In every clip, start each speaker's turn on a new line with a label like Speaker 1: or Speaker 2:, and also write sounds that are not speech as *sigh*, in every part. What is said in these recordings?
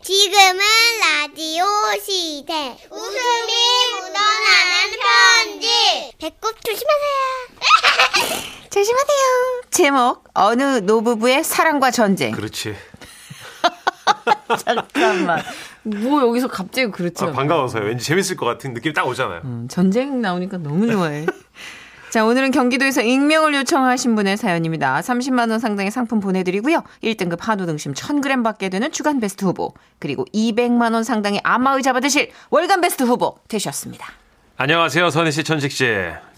Speaker 1: 지금은 라디오 시대. 웃음이 묻어나는 편지. 배꼽 조심하세요. 조심하세요.
Speaker 2: 제목 어느 노부부의 사랑과 전쟁.
Speaker 3: 그렇지.
Speaker 2: *laughs* 잠깐만. 뭐 여기서 갑자기 그렇죠.
Speaker 3: 아, 반가워서요. 왠지 재밌을 것 같은 느낌이 딱 오잖아요.
Speaker 2: 음, 전쟁 나오니까 너무 좋아해. *laughs* 자, 오늘은 경기도에서 익명을 요청하신 분의 사연입니다. 30만원 상당의 상품 보내드리고요. 1등급 한우 등심 1000g 받게 되는 주간 베스트 후보, 그리고 200만원 상당의 안마의자 받으실 월간 베스트 후보 되셨습니다.
Speaker 3: 안녕하세요, 선희 씨, 천식 씨.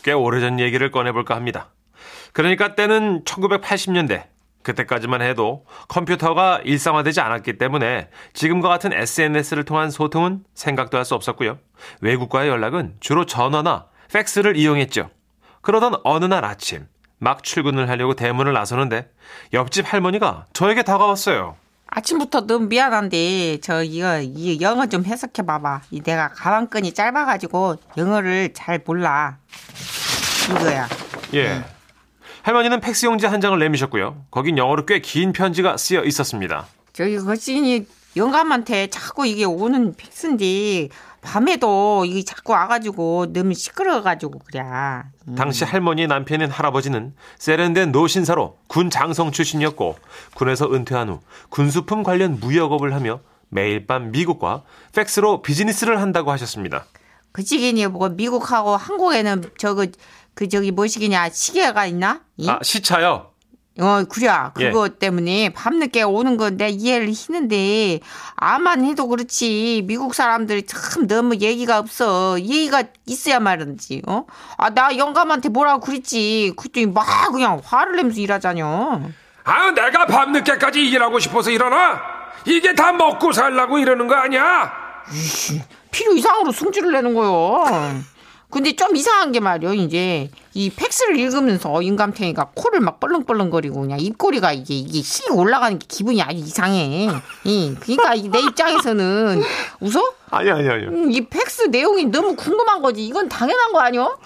Speaker 3: 꽤 오래전 얘기를 꺼내볼까 합니다. 그러니까 때는 1980년대. 그때까지만 해도 컴퓨터가 일상화되지 않았기 때문에 지금과 같은 SNS를 통한 소통은 생각도 할 수 없었고요. 외국과의 연락은 주로 전화나 팩스를 이용했죠. 그러던 어느 날 아침, 막 출근을 하려고 대문을 나서는데 옆집 할머니가 저에게 다가왔어요.
Speaker 2: 아침부터 너무 미안한데, 저 이거, 이 영어 좀 해석해봐봐. 이 내가 가방끈이 짧아가지고 영어를 잘 몰라. 이거야.
Speaker 3: 예. 할머니는 팩스 용지 한 장을 내미셨고요. 거긴 영어로 꽤 긴 편지가 쓰여 있었습니다.
Speaker 2: 저기 거친이 영감한테 자꾸 이게 오는 팩스인데 밤에도 이게 자꾸 와가지고 너무 시끄러워가지고 그래. 음.
Speaker 3: 당시 할머니 남편인 할아버지는 세련된 노신사로 군 장성 출신이었고 군에서 은퇴한 후 군수품 관련 무역업을 하며 매일 밤 미국과 팩스로 비즈니스를 한다고 하셨습니다.
Speaker 2: 그 시기니 뭐 미국하고 한국에는 저거 그 저기 뭐시기냐 시계가 있나? 이?
Speaker 3: 아 시차요.
Speaker 2: 어 그래
Speaker 3: 예.
Speaker 2: 그거 때문에 밤늦게 오는 건 내 이해를 했는데 아만 해도 그렇지 미국 사람들이 참 너무 얘기가 없어 얘기가 있어야 말인지 어아 나 영감한테 뭐라고 그랬지 그랬더니 막 그냥 화를 내면서 일하자뇨
Speaker 4: 아, 내가 밤늦게까지 일하고 싶어서 일어나? 이게 다 먹고 살라고 이러는 거 아니야?
Speaker 2: 필요 이상으로 승질을 내는 거요. 근데 좀 이상한 게 말이요. 이제 이 팩스를 읽으면서 인감탱이가 코를 막 뻘렁뻘렁거리고 그냥 입꼬리가 이게 이게 씩 올라가는 게 기분이 아주 이상해. 이 그러니까 이내 입장에서는 웃어?
Speaker 3: 아니 아니 아니요.
Speaker 2: 음, 이 팩스 내용이 너무 궁금한 거지. 이건 당연한 거 아니요?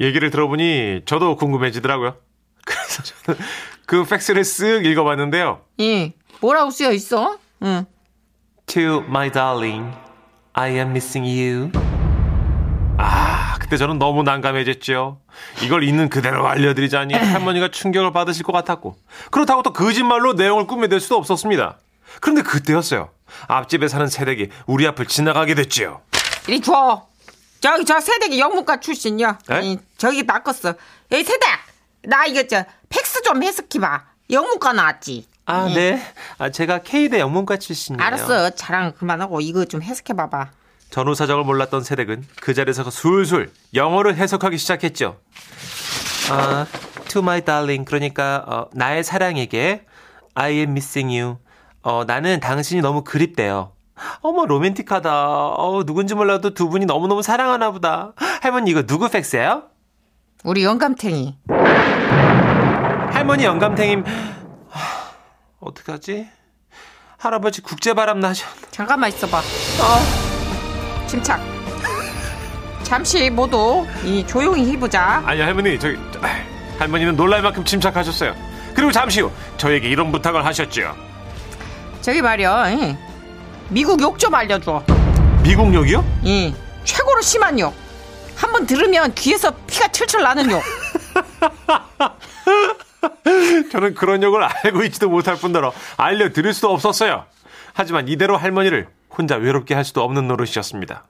Speaker 3: 얘기를 들어보니 저도 궁금해지더라고요. 그래서 저는 그 팩스를 쓱 읽어봤는데요.
Speaker 2: 예. 뭐라고 쓰여 있어? 응.
Speaker 3: To my darling, I am missing you. 아, 그때 저는 너무 난감해졌죠. 이걸 있는 그대로 알려드리자니 *clears throat* 할머니가 충격을 받으실 것 같았고 그렇다고 또 거짓말로 내용을 꾸며댈 수도 없었습니다. 그런데 그때였어요. 앞집에 사는 새댁이 우리 앞을 지나가게 됐지요.
Speaker 2: 이리 줘. 저기 저 세대기 영문과 출신이요.
Speaker 3: 에?
Speaker 2: 이, 저기 낚았어. 이 세대. 나 이거 저 팩스 좀 해석해봐. 영문과 나왔지.
Speaker 3: 아, 네. 아, 제가 K대 영문과 출신이에요.
Speaker 2: 알았어. 자랑 그만하고 이거 좀 해석해봐봐.
Speaker 3: 전후 사정을 몰랐던 세댁은 그 자리에서 술술 영어를 해석하기 시작했죠. 아, to my darling 그러니까 어, 나의 사랑에게 I am missing you. 어, 나는 당신이 너무 그립대요. 어머 로맨틱하다. 어, 누군지 몰라도 두 분이 너무너무 사랑하나 보다. 할머니 이거 누구 팩스예요?
Speaker 2: 우리 영감탱이.
Speaker 3: 할머니 영감탱임. 하, 어떡하지? 할아버지 국제바람 나셨.
Speaker 2: 잠깐만 있어봐. 어. 침착. 잠시 모두 이 조용히 해보자.
Speaker 3: 아니 할머니 저기 저, 아, 할머니는 놀랄 만큼 침착하셨어요. 그리고 잠시 후 저에게 이런 부탁을 하셨지요.
Speaker 2: 저기 말이야. 이. 미국 욕 좀 알려줘.
Speaker 3: 미국 욕이요? *laughs*
Speaker 2: 이 최고로 심한 욕. 한 번 들으면 귀에서 피가 철철 나는 욕.
Speaker 3: 저는 그런 욕을 알고 있지도 못할 뿐더러 알려드릴 수도 없었어요. 하지만 이대로 할머니를 혼자 외롭게 할 수도 없는 노릇이었습니다.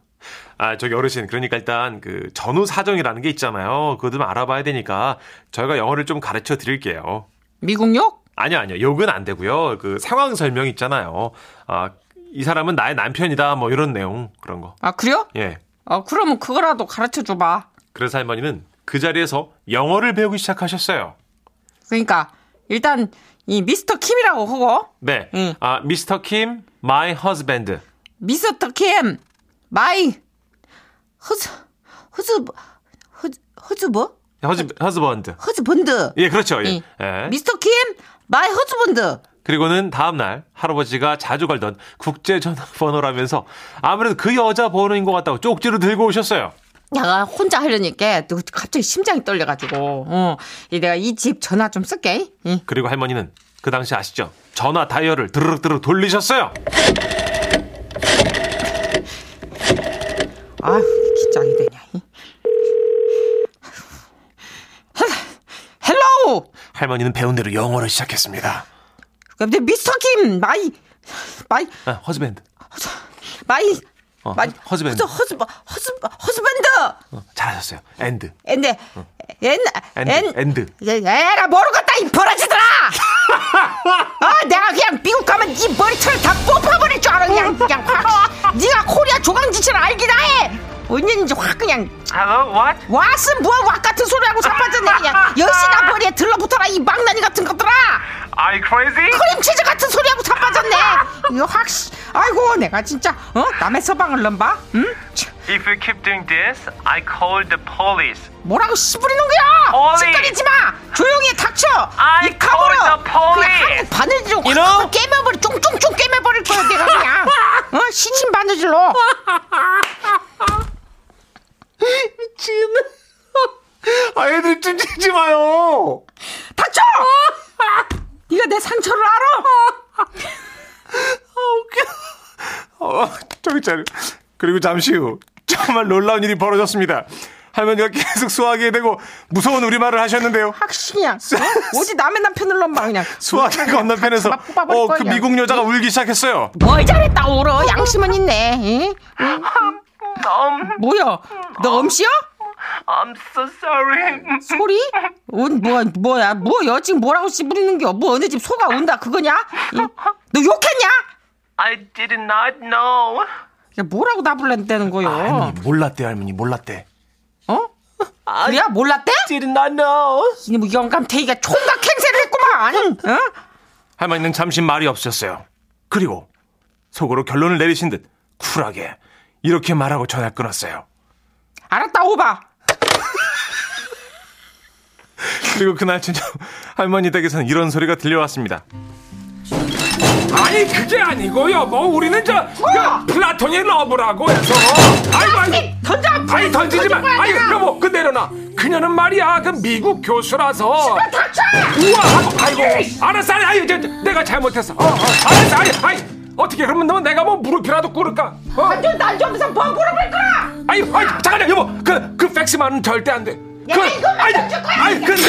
Speaker 3: 아, 저기 어르신, 그러니까 일단 그 전후 사정이라는 게 있잖아요. 그거 좀 알아봐야 되니까 저희가 영어를 좀 가르쳐 드릴게요.
Speaker 2: 미국 욕?
Speaker 3: 아니요, 아니요. 욕은 안 되고요. 그 상황 설명 있잖아요. 아, 이 사람은 나의 남편이다. 뭐 이런 내용. 그런 거.
Speaker 2: 아 그래요?
Speaker 3: 예.
Speaker 2: 어 그러면 그거라도 가르쳐 줘봐.
Speaker 3: 그래서 할머니는 그 자리에서 영어를 배우기 시작하셨어요.
Speaker 2: 그러니까 일단 이 미스터 킴이라고 하고
Speaker 3: 네.
Speaker 2: 응.
Speaker 3: 아, 미스터 킴, my husband.
Speaker 2: 미스터 킴 마이 허즈 허즈 허즈 허즈 뭐
Speaker 3: 허즈, 허즈번드.
Speaker 2: 허즈번드.
Speaker 3: 예, 그렇죠. 예.
Speaker 2: 이.
Speaker 3: 예.
Speaker 2: 음. 미스터 킴 마이 허즈번드.
Speaker 3: 그리고는 다음날 할아버지가 자주 걸던 국제 전화번호라면서 아무래도 그 여자 번호인 것 같다고 쪽지로 들고 오셨어요.
Speaker 2: 내가 혼자 하려니까 또 갑자기 심장이 떨려가지고 어, 이 내가 이 집 전화 좀 쓸게. 이.
Speaker 3: 그리고 할머니는 그 당시 아시죠? 전화 다이얼을 드르륵 드르륵 돌리셨어요. 할머니는 배운 대로 영어를 시작했습니다.
Speaker 2: 근데 미스터 김 마이 마이
Speaker 3: 아, 허즈밴드.
Speaker 2: 마이
Speaker 3: 어,
Speaker 2: 마이
Speaker 3: 허즈밴드.
Speaker 2: 허즈 허즈 허즈 허즈밴드
Speaker 3: 어, 잘하셨어요. 엔드.
Speaker 2: 엔데 엔
Speaker 3: 어. 엔드.
Speaker 2: 엔
Speaker 3: 엔드.
Speaker 2: 에라 모르겠다 이
Speaker 3: *laughs*
Speaker 2: 버러지들아 아 내가 그냥 미국 가면 이 머리털 다 뽑아버릴 줄 알아 그냥 그냥 확 네가 코리아 조강지치를 알기나 해 언제인지 확 그냥 왓은 뭐야 왓 같은 소리 하고 자빠졌네 그냥 여신아 머리에 들러붙어라 이 망나니 같은 것들아
Speaker 3: Are you crazy?
Speaker 2: 크림치즈 같은 소리 하고 자빠졌네 이거 확 씨. 아이고 내가 진짜 어 남의 서방을 넘봐 응 참.
Speaker 5: If you keep doing this, I call the police.
Speaker 2: 뭐라고 씨부리는 거야?
Speaker 5: 어이.
Speaker 2: 시끄리지 마. 조용히 닥쳐.
Speaker 5: 아이,
Speaker 2: 이 카모로
Speaker 5: 거기서 폴리.
Speaker 2: 그냥 바늘로
Speaker 3: You know?
Speaker 2: 확 깨매버려. 쫑쫑쫑 깨매버릴 거야 내가
Speaker 5: *laughs*
Speaker 2: 그냥. 어 시친 바느질로.
Speaker 3: 아, 애들 찜찜지 마요.
Speaker 2: 닥쳐. 네가 내 상처를 알아?
Speaker 3: 어, 저기 있잖아요. 그리고 잠시 후 정말 놀라운 일이 벌어졌습니다. 할머니가 계속 수화기에 대고 무서운 우리말을 하셨는데요.
Speaker 2: 확신이야.
Speaker 3: *laughs*
Speaker 2: 어? 어디 남의 남편을 넘봐 그냥.
Speaker 3: 수화기 건너편에서
Speaker 2: 다 뽑아버릴
Speaker 3: 어, 그
Speaker 2: 거야.
Speaker 3: 미국 여자가 울기 시작했어요.
Speaker 2: 뭘 잘했다 울어. 양심은 있네. 응? 응?
Speaker 5: Um,
Speaker 2: 뭐야? 너 엄씨야?
Speaker 5: I'm so sorry.
Speaker 2: 소리? 온 뭐야 뭐야 뭐야 지금 뭐라고 씨부리는 게 뭐 어느 집 소가 온다 그거냐? 응? 너 욕했냐?
Speaker 5: I did not know.
Speaker 2: 야, 뭐라고 답을 했다는
Speaker 4: 아,
Speaker 2: 거요?
Speaker 3: 어. 할머니 몰랐대 할머니 몰랐대.
Speaker 2: 어?
Speaker 4: 아,
Speaker 2: 그래야 몰랐대?
Speaker 3: Did not know.
Speaker 2: 이놈 영감태이가 총각 행세를
Speaker 4: 어.
Speaker 2: 했구만. 어? 응?
Speaker 3: 할머니는 잠시 말이 없으셨어요. 그리고 속으로 결론을 내리신 듯 쿨하게 이렇게 말하고 전화 를 끊었어요.
Speaker 2: 알았다 오바.
Speaker 3: 그리고 그날 저녁 할머니 댁에서는 이런 소리가 들려왔습니다.
Speaker 4: 아니 그게 아니고요. 뭐 우리는 저 그, 플라톤의 러브라고 해서. 아이고 아이고.
Speaker 2: 던져.
Speaker 4: 아니 던지지 마.
Speaker 2: 거야,
Speaker 4: 아니
Speaker 2: 내가.
Speaker 4: 여보 그 내려놔. 그녀는 말이야 그 미국 교수라서.
Speaker 2: 닥쳐.
Speaker 4: 우와 아이고 아이고. 알았어 아니 아니 저, 저, 내가 잘못했어. 어, 어, 알았어 아니 아니. 어떻게 그러면 너 내가 뭐 무릎이라도 꿇을까? 어?
Speaker 2: 완전 난점에서 번거로울 거라.
Speaker 4: 아니, 아니 잠깐만 여보 그그 팩스만은 절대 안 돼. 그
Speaker 2: 야, 이것만
Speaker 4: 아니,
Speaker 2: 던질 거야,
Speaker 4: 아니 그내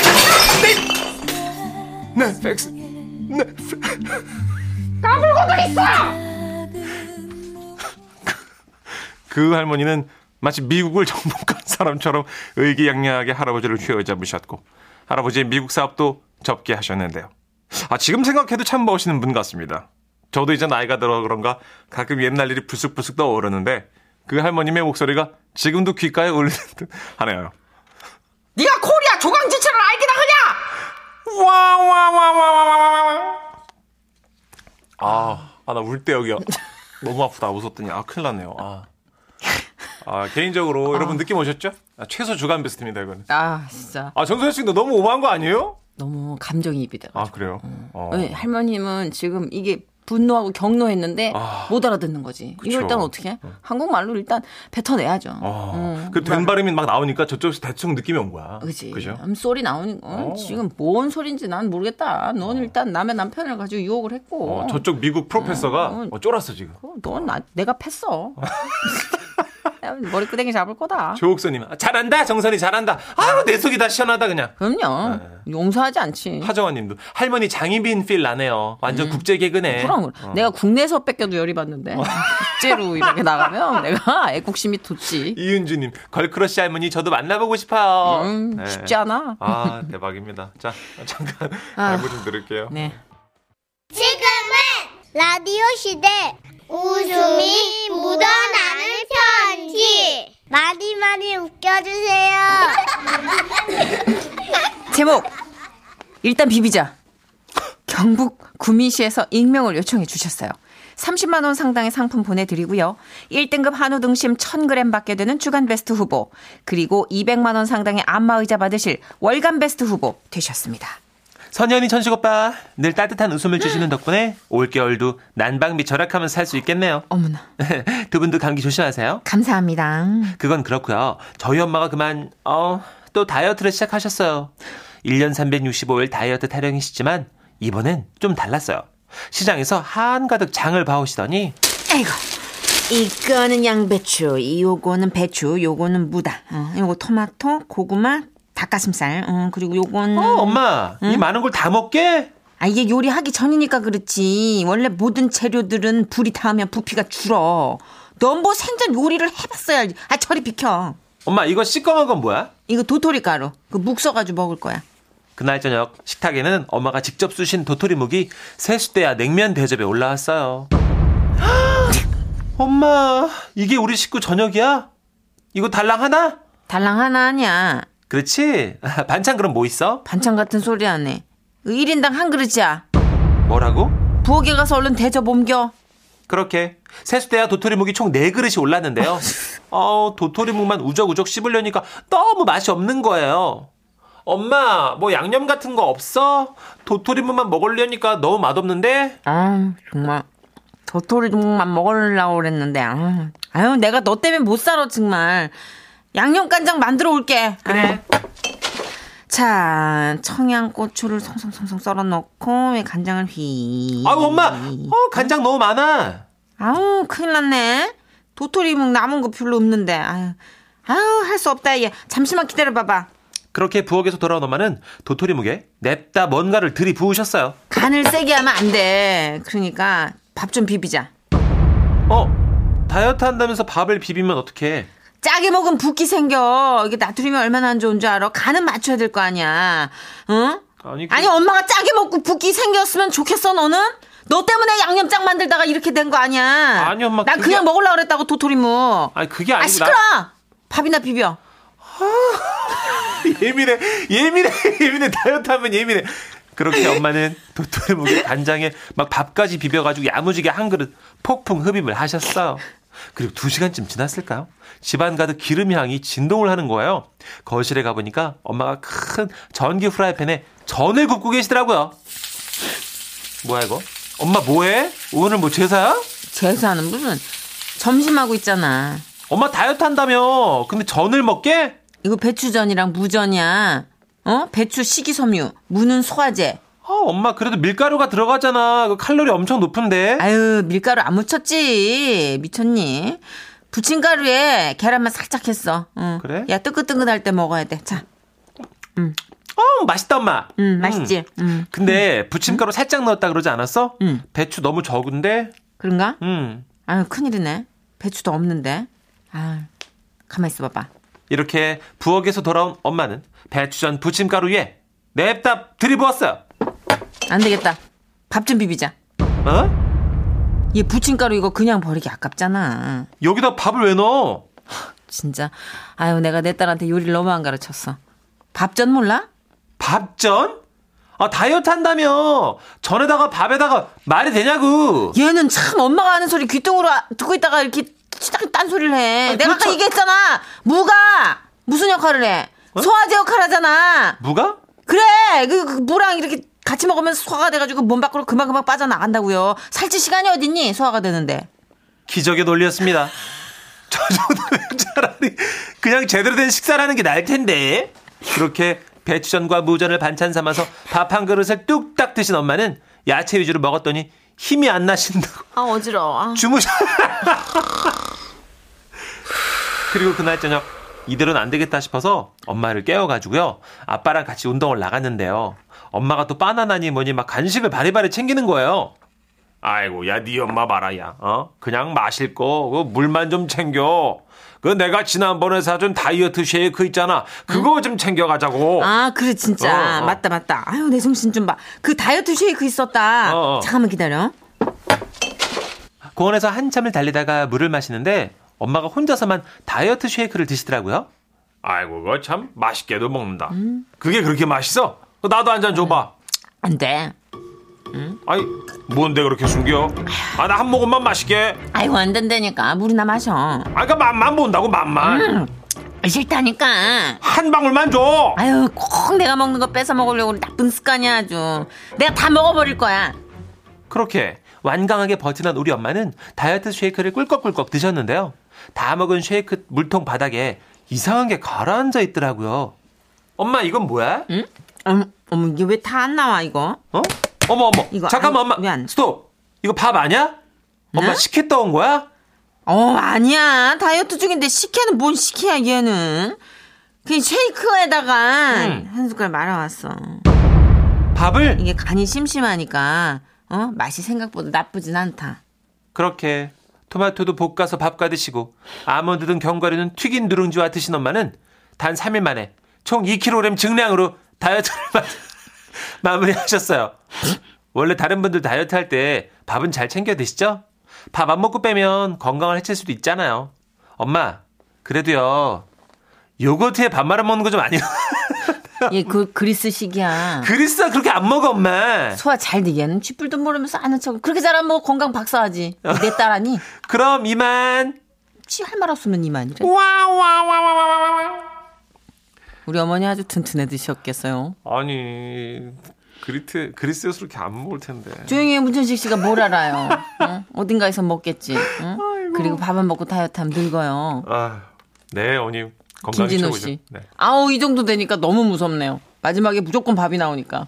Speaker 4: 잘못 내, 내 팩스 내
Speaker 2: 까불고들 있어.
Speaker 3: 그 할머니는 마치 미국을 정복한 *laughs* 사람처럼 의기양양하게 할아버지를 휘어잡으셨고 할아버지의 미국 사업도 접게 하셨는데요. 아 지금 생각해도 참 멋있는 분 같습니다. 저도 이제 나이가 들어 그런가 가끔 옛날 일이 불쑥불쑥 떠오르는데 그 할머님의 목소리가 지금도 귓가에 울리는 듯 하네요.
Speaker 2: 네가 코리아 조강지처럼 알기나 그냥.
Speaker 3: 아, 아, 나 울 때 여기야. 너무 아프다. 웃었더니. 아, 큰일 났네요. 아. 아, 개인적으로 여러분 느낌 오셨죠? 아, 최소 주간 베스트입니다, 이거는.
Speaker 6: 아 진짜
Speaker 3: 아, 정소연 씨도 너무 오버한 거 아니에요?
Speaker 6: 너무 감정이입이 돼가지고
Speaker 3: 아, 그래요? 어.
Speaker 6: 네, 할머님은 지금 이게 분노하고 경노했는데
Speaker 3: 아.
Speaker 6: 못 알아듣는 거지
Speaker 3: 그쵸.
Speaker 6: 이걸 일단 어떻게 해? 한국말로 일단 뱉어내야죠
Speaker 3: 아, 음. 그된 발음이 막 나오니까 저쪽에서 대충 느낌이 온 거야.
Speaker 6: 그지
Speaker 3: 그죠?
Speaker 6: 암 소리 나오는 거 어, 지금 뭔 소린지 난 모르겠다 넌 일단 남의 남편을 가지고 유혹을 했고
Speaker 3: 어, 저쪽 미국 프로페서가
Speaker 6: 어, 어.
Speaker 3: 어, 쫄았어, 지금.
Speaker 6: 어, 넌 나, 내가 팼어 *laughs* 머리끄댕이 잡을 거다
Speaker 3: 조옥선님. 아, 잘한다, 정선이 잘한다. 아유, 내 속이 다 시원하다, 그냥.
Speaker 6: 그럼요 용서하지 않지
Speaker 3: 네. 하정원 님도. 할머니 장희빈 필 나네요. 완전 국제 개그네.
Speaker 6: 그럼
Speaker 3: 어.
Speaker 6: 내가 국내에서 뺏겨도 열이 받는데 국제로 이렇게 나가면 내가 애국심이 돋지
Speaker 3: 이윤주님, 걸크러쉬 할머니 저도 만나보고 싶어요.
Speaker 6: 음,
Speaker 3: 네.
Speaker 6: 쉽지 않아
Speaker 3: 아 대박입니다. 자 잠깐
Speaker 6: 아.
Speaker 3: 광고 좀 들을게요.
Speaker 6: 네.
Speaker 1: 지금은 라디오 시대 웃음이 묻어나는 편지 많이 많이 웃겨주세요
Speaker 6: 제목 일단 비비자 경북 구미시에서 익명을 요청해 주셨어요 30만 원 상당의 상품 보내드리고요 1등급 한우 등심 1000g 받게 되는 주간베스트 후보 그리고 200만 원 상당의 안마의자 받으실 월간베스트 후보 되셨습니다
Speaker 3: 선현이 천식 오빠 늘 따뜻한
Speaker 6: 네.
Speaker 3: 웃음을 주시는 덕분에 올겨울도 난방비 절약하면 살 수 있겠네요. *laughs*
Speaker 6: 어머나
Speaker 3: 두 분도 감기 조심하세요.
Speaker 6: 감사합니다
Speaker 3: 그건 그렇고요. 저희 엄마가 그만 어 또 다이어트를 시작하셨어요. 1년 365일 다이어트 타령이시지만 이번엔 좀 달랐어요. 시장에서 한가득 장을 봐오시더니
Speaker 6: 아이고 이거는 양배추 요거는 배추 요거는 무다 어, 요거 토마토 고구마 닭가슴살. 음, 그리고 요건
Speaker 3: 어, 엄마, 이 많은 걸 다 먹게?
Speaker 6: 아 이게 요리하기 전이니까 그렇지. 원래 모든 재료들은 불이 닿으면 부피가 줄어. 넌 뭐 생전 요리를 해봤어야지. 아 저리 비켜.
Speaker 3: 엄마, 이거 시꺼먼 건 뭐야?
Speaker 6: 이거 도토리 가루. 그 묵서가지고 먹을 거야.
Speaker 3: 그날 저녁 식탁에는 엄마가 직접 쑤신 도토리묵이 세수대야 냉면 대접에 올라왔어요. *gasps* 엄마, 이게 우리 식구 저녁이야? 이거 달랑 하나?
Speaker 6: 달랑 하나 아니야.
Speaker 3: 그렇지? *laughs* 반찬 그럼 뭐 있어?
Speaker 6: 반찬 같은 소리 안 해. 1인당 한 그릇이야.
Speaker 3: 뭐라고?
Speaker 6: 부엌에 가서 얼른 대접 옮겨.
Speaker 3: 그렇게 세수대야 도토리묵이 총 네그릇이 올랐는데요. 어, 도토리묵만 우적우적 씹으려니까 너무 맛이 없는 거예요. 엄마, 뭐 양념 같은 거 없어? 도토리묵만 먹으려니까 너무 맛없는데?
Speaker 6: 아 정말 도토리 묵만 먹으려고 그랬는데 아, 아유 내가 너 때문에 못 살아 정말 양념간장 만들어 올게 그래 자 청양고추를 송송송송 썰어 넣고 왜 간장을 휘
Speaker 3: 아유, 엄마! 어, 간장 너무 많아!
Speaker 6: 아우 큰일 났네 도토리 묵 남은 거 별로 없는데 아유 아유 할 수 없다 얘 잠시만 기다려 봐봐
Speaker 3: 그렇게 부엌에서 돌아온 엄마는 도토리묵에 냅다 뭔가를 들이부으셨어요.
Speaker 6: 간을 세게 하면 안 돼 그러니까 밥 좀 비비자
Speaker 3: 어? 다이어트 한다면서 밥을 비비면 어떡해?
Speaker 6: 짜게 먹으면 붓기 생겨. 이게 나트륨이 얼마나 안 좋은 줄 알아? 간은 맞춰야 될 거 아니야. 응?
Speaker 3: 아니, 그-
Speaker 6: 아니 엄마가 짜게 먹고 붓기 생겼으면 좋겠어 너는? 너 때문에 양념장 만들다가 이렇게 된 거 아니야.
Speaker 3: 아니, 엄마,
Speaker 6: 난
Speaker 3: 그게-
Speaker 6: 그냥 먹으려고 그랬다고 도토리묵.
Speaker 3: 아니 그게
Speaker 6: 아
Speaker 3: 아니고
Speaker 6: 시끄러. 밥이나 비벼.
Speaker 3: 나 예민해 예민해 예민해 다이어트 하면 예민해 그렇게 엄마는 도토리묵에 간장에 막 밥까지 비벼가지고 야무지게 한 그릇 폭풍 흡입을 하셨어요 그리고 두 시간쯤 지났을까요? 집안 가득 기름 향이 진동을 하는 거예요 거실에 가보니까 엄마가 큰 전기 후라이팬에 전을 굽고 계시더라고요 뭐야 이거? 엄마 뭐해? 오늘 뭐 제사야?
Speaker 6: 제사는 무슨 점심하고 있잖아.
Speaker 3: 엄마 다이어트 한다며. 근데 전을 먹게?
Speaker 6: 이거 배추전이랑 무전이야. 어? 배추 식이섬유, 무는 소화제.
Speaker 3: 어, 엄마 그래도 밀가루가 들어가잖아. 그 칼로리 엄청 높은데.
Speaker 6: 아유 밀가루 안 묻혔지 미쳤니 부침가루에 계란만 살짝 했어 응.
Speaker 3: 그래?
Speaker 6: 야 뜨끈뜨끈할 때 먹어야 돼자
Speaker 3: 어, 맛있다 엄마.
Speaker 6: 음, 맛있지 음.
Speaker 3: 근데 부침가루 살짝 넣었다 그러지 않았어?
Speaker 6: 음.
Speaker 3: 배추 너무 적은데.
Speaker 6: 그런가
Speaker 3: 음.
Speaker 6: 아유 큰일이네 배추도 없는데 아 가만 있어 봐봐
Speaker 3: 이렇게 부엌에서 돌아온 엄마는 배추전 부침가루에 냅다 들이부었어요.
Speaker 6: 안 되겠다 밥 좀 비비자
Speaker 3: 어?
Speaker 6: 얘 부침가루 이거 그냥 버리기 아깝잖아
Speaker 3: 여기다 밥을 왜 넣어?
Speaker 6: 진짜 아유 내가 내 딸한테 요리를 너무 안 가르쳤어 밥전 몰라
Speaker 3: 밥전? 아 다이어트 한다며. 전에다가 밥에다가 말이 되냐고.
Speaker 6: 얘는 참 엄마가 하는 소리 귀뚱으로 아- 듣고 있다가 이렇게 치장 딴 소리를 해. 내가 아까 얘기했잖아. 무가 무슨 역할을 해? 소화제 역할 하잖아.
Speaker 3: 무가?
Speaker 6: 그래. 그, 그 무랑 이렇게 같이 먹으면 소화가 돼가지고 몸 밖으로 그만그만 빠져나간다고요. 살찔 시간이 어딨니? 소화가 되는데.
Speaker 3: 기적의 논리였습니다. 저 정도면 차라리 그냥 제대로 된 식사를 하는 게 나을 텐데. 그렇게 배추전과 무전을 반찬 삼아서 밥 한 그릇을 뚝딱 드신 엄마는 야채 위주로 먹었더니 힘이 안 나신다고
Speaker 6: 아 어지러워. 아.
Speaker 3: 주무셔. *laughs* 그리고 그날 저녁 이대로는 안 되겠다 싶어서 엄마를 깨워가지고요. 아빠랑 같이 운동을 나갔는데요. 엄마가 또 바나나니 뭐니 막 간식을 바리바리 챙기는 거예요. 아이고, 야, 네 엄마 봐라, 야. 어? 그냥 마실 거, 그 물만 좀 챙겨. 그 내가 지난번에 사준 다이어트 쉐이크 있잖아. 그거 좀 챙겨가자고.
Speaker 6: 아, 그래 진짜
Speaker 3: 어, 어.
Speaker 6: 맞다 맞다. 아유 내 정신 좀 봐. 그 다이어트 쉐이크 있었다.
Speaker 3: 어, 어.
Speaker 6: 잠깐만 기다려.
Speaker 3: 공원에서 한참을 달리다가 물을 마시는데 엄마가 혼자서만 다이어트 쉐이크를 드시더라고요. 아이고 그거 참 맛있게도 먹는다. 그게 그렇게 맛있어? 그거 나도 한 잔 줘봐.
Speaker 6: 안 돼.
Speaker 3: 아이 뭔데 그렇게 숨겨? 아 나 한 모금만 맛있게.
Speaker 6: 아이고 안 된다니까. 물이나 마셔.
Speaker 3: 아까 맛만 본다고 맛만
Speaker 6: 싫다니까.
Speaker 3: 한 방울만 줘.
Speaker 6: 아유 꼭 내가 먹는 거 뺏어 먹으려고 우리 나쁜 습관이야 아주 내가 다 먹어버릴 거야
Speaker 3: 그렇게 완강하게 버티던 우리 엄마는 다이어트 쉐이크를 꿀꺽꿀꺽 드셨는데요. 다 먹은 쉐이크 물통 바닥에 이상한 게 가라앉아 있더라고요. 엄마 이건 뭐야?
Speaker 6: 어머, 어머 이게 왜 다 안 나와 이거
Speaker 3: 어? 어머 어머.
Speaker 6: 이거
Speaker 3: 잠깐만
Speaker 6: 안-
Speaker 3: 엄마.
Speaker 6: 왜 안-
Speaker 3: 스톱. 이거 밥 아니야? 엄마
Speaker 6: 네?
Speaker 3: 식혜 떠온 거야?
Speaker 6: 어 아니야 다이어트 중인데 식혜는 뭔 식혜야 얘는 그 쉐이크에다가
Speaker 3: 음.
Speaker 6: 한 숟갈 말아왔어.
Speaker 3: 밥을
Speaker 6: 이게 간이 심심하니까 어 맛이 생각보다 나쁘진 않다.
Speaker 3: 그렇게 토마토도 볶아서 밥과 드시고 아몬드 등 견과류는 튀긴 누룽지와 드신 엄마는 단 3일 만에 총 2kg 증량으로 다이어트를 *laughs* 마- 마무리하셨어요. 원래 다른 분들 다이어트 할 때 밥은 잘 챙겨 드시죠? 밥 안 먹고 빼면 건강을 해칠 수도 있잖아요. 엄마, 그래도요. 요거트에 밥 말아 먹는 거 좀 아니에요.
Speaker 6: 얘그 그리스식이야.
Speaker 3: 그리스가 그렇게 안 먹어, 엄마.
Speaker 6: 소화 잘 되기에는 쥐뿔도 모르면서 아는 척 그렇게 잘하면 뭐 건강 박사하지. 내 *laughs* 딸아니
Speaker 3: 그럼 이만.
Speaker 6: 지할말 없으면 이만이래.
Speaker 3: 와와와와와와.
Speaker 6: 우리 어머니 아주 튼튼해 드셨겠어요.
Speaker 4: 아니 그리트 그리스에서 그렇게 안 먹을 텐데.
Speaker 6: 조용히 해 문천식 씨가 뭘 알아요? 응? 어딘가에서 먹겠지. 응? 그리고 밥 안 먹고 다이어트하면 늙어요.
Speaker 4: 아, 네 어머님 건강이
Speaker 6: 김진호
Speaker 4: 최고죠.
Speaker 6: 씨.
Speaker 4: 네.
Speaker 6: 아우 이 정도 되니까 너무 무섭네요. 마지막에 무조건 밥이 나오니까.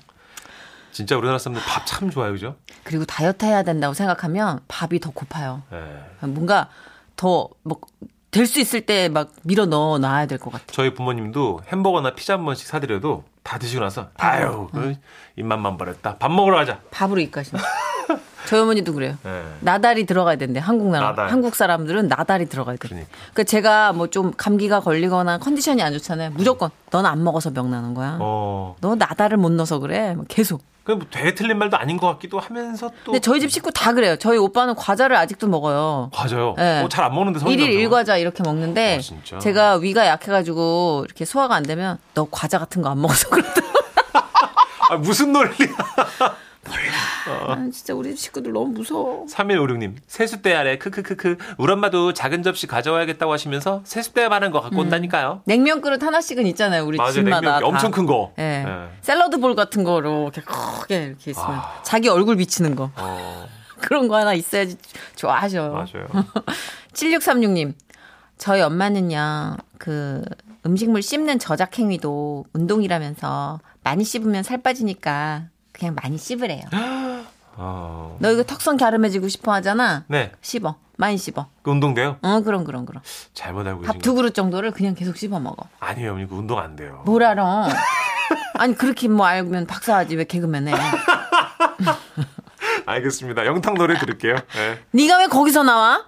Speaker 4: 진짜 우리나라 사람들 밥 참 좋아요, 그죠?
Speaker 6: 그리고 다이어트 해야 된다고 생각하면 밥이 더 고파요.
Speaker 4: 네.
Speaker 6: 뭔가 더 뭐 될 수 있을 때 막 밀어 넣어 놔야 될 것 같아.
Speaker 4: 저희 부모님도 햄버거나 피자 한 번씩 사드려도 다 드시고 나서 아유
Speaker 6: 음.
Speaker 4: 그 입맛만 버렸다. 밥 먹으러 가자.
Speaker 6: 밥으로 입가심. 저희 어머니도 그래요.
Speaker 4: 네.
Speaker 6: 나달이 들어가야 된대. 한국 나라
Speaker 4: 나달.
Speaker 6: 한국 사람들은 나달이 들어가야 돼.
Speaker 4: 그러니까.
Speaker 6: 그러니까 제가 뭐 좀 감기가 걸리거나 컨디션이 안 좋잖아요. 무조건 넌 안 먹어서 병 나는 거야.
Speaker 4: 어.
Speaker 6: 너 나달을 못 넣어서 그래. 막 계속.
Speaker 4: 그뭐 되게 틀린 말도 아닌 것 같기도 하면서 또
Speaker 6: 근데 저희 집 식구 다 그래요. 저희 오빠는 과자를 아직도 먹어요.
Speaker 4: 맞아요.
Speaker 6: 네.
Speaker 4: 잘 안 먹는데 성인
Speaker 6: 일일
Speaker 4: 남자가.
Speaker 6: 일과자 이렇게 먹는데
Speaker 4: 아, 진짜?
Speaker 6: 제가 위가 약해가지고 이렇게 소화가 안 되면 너 과자 같은 거 안
Speaker 4: *laughs*
Speaker 6: 먹어서 그렇다.
Speaker 4: 아, 무슨 논리야?
Speaker 6: 아, 진짜 우리 집 식구들 너무 무서워.
Speaker 4: 3156님, 세숫대 아래, 크크크크, 우리 엄마도 작은 접시 가져와야겠다고 하시면서 세숫대에 반한 거 갖고 온다니까요.
Speaker 6: 냉면 그릇 하나씩은 있잖아요. 우리
Speaker 4: 맞아요,
Speaker 6: 음. 집마다
Speaker 4: 냉면
Speaker 6: 다.
Speaker 4: 엄청 큰 거.
Speaker 6: 예.
Speaker 4: 예.
Speaker 6: 샐러드 볼 같은 거로 이렇게 크게 이렇게 있으면 자기 얼굴 비치는 거 *laughs*
Speaker 4: 어,
Speaker 6: 그런 거 하나 있어야지 좋아하셔.
Speaker 4: 맞아요.
Speaker 6: 7636님. 저희 엄마는요, 그, 음식물 씹는 저작 행위도 운동이라면서 많이 씹으면 살 빠지니까 그냥 많이 씹으래요.
Speaker 4: 어,
Speaker 6: 너 이거 턱선 갸름해지고 싶어 하잖아?
Speaker 4: 네,
Speaker 6: 씹어. 많이 씹어.
Speaker 4: 그 운동 돼요?
Speaker 6: 어, 그럼, 그럼, 그럼.
Speaker 4: 잘못 알고 계신
Speaker 6: 밥
Speaker 4: 거.
Speaker 6: 두 그릇 정도를 그냥 계속 씹어 먹어.
Speaker 4: 아니에요, 어머니, 그 운동 안 돼요.
Speaker 6: 뭘 *laughs* 알아? 아니, 그렇게 뭐 알면 박사하지 왜 개그맨 해?
Speaker 4: 알겠습니다. 영탁 노래 들을게요. 예.
Speaker 6: 네가 왜 거기서 나와?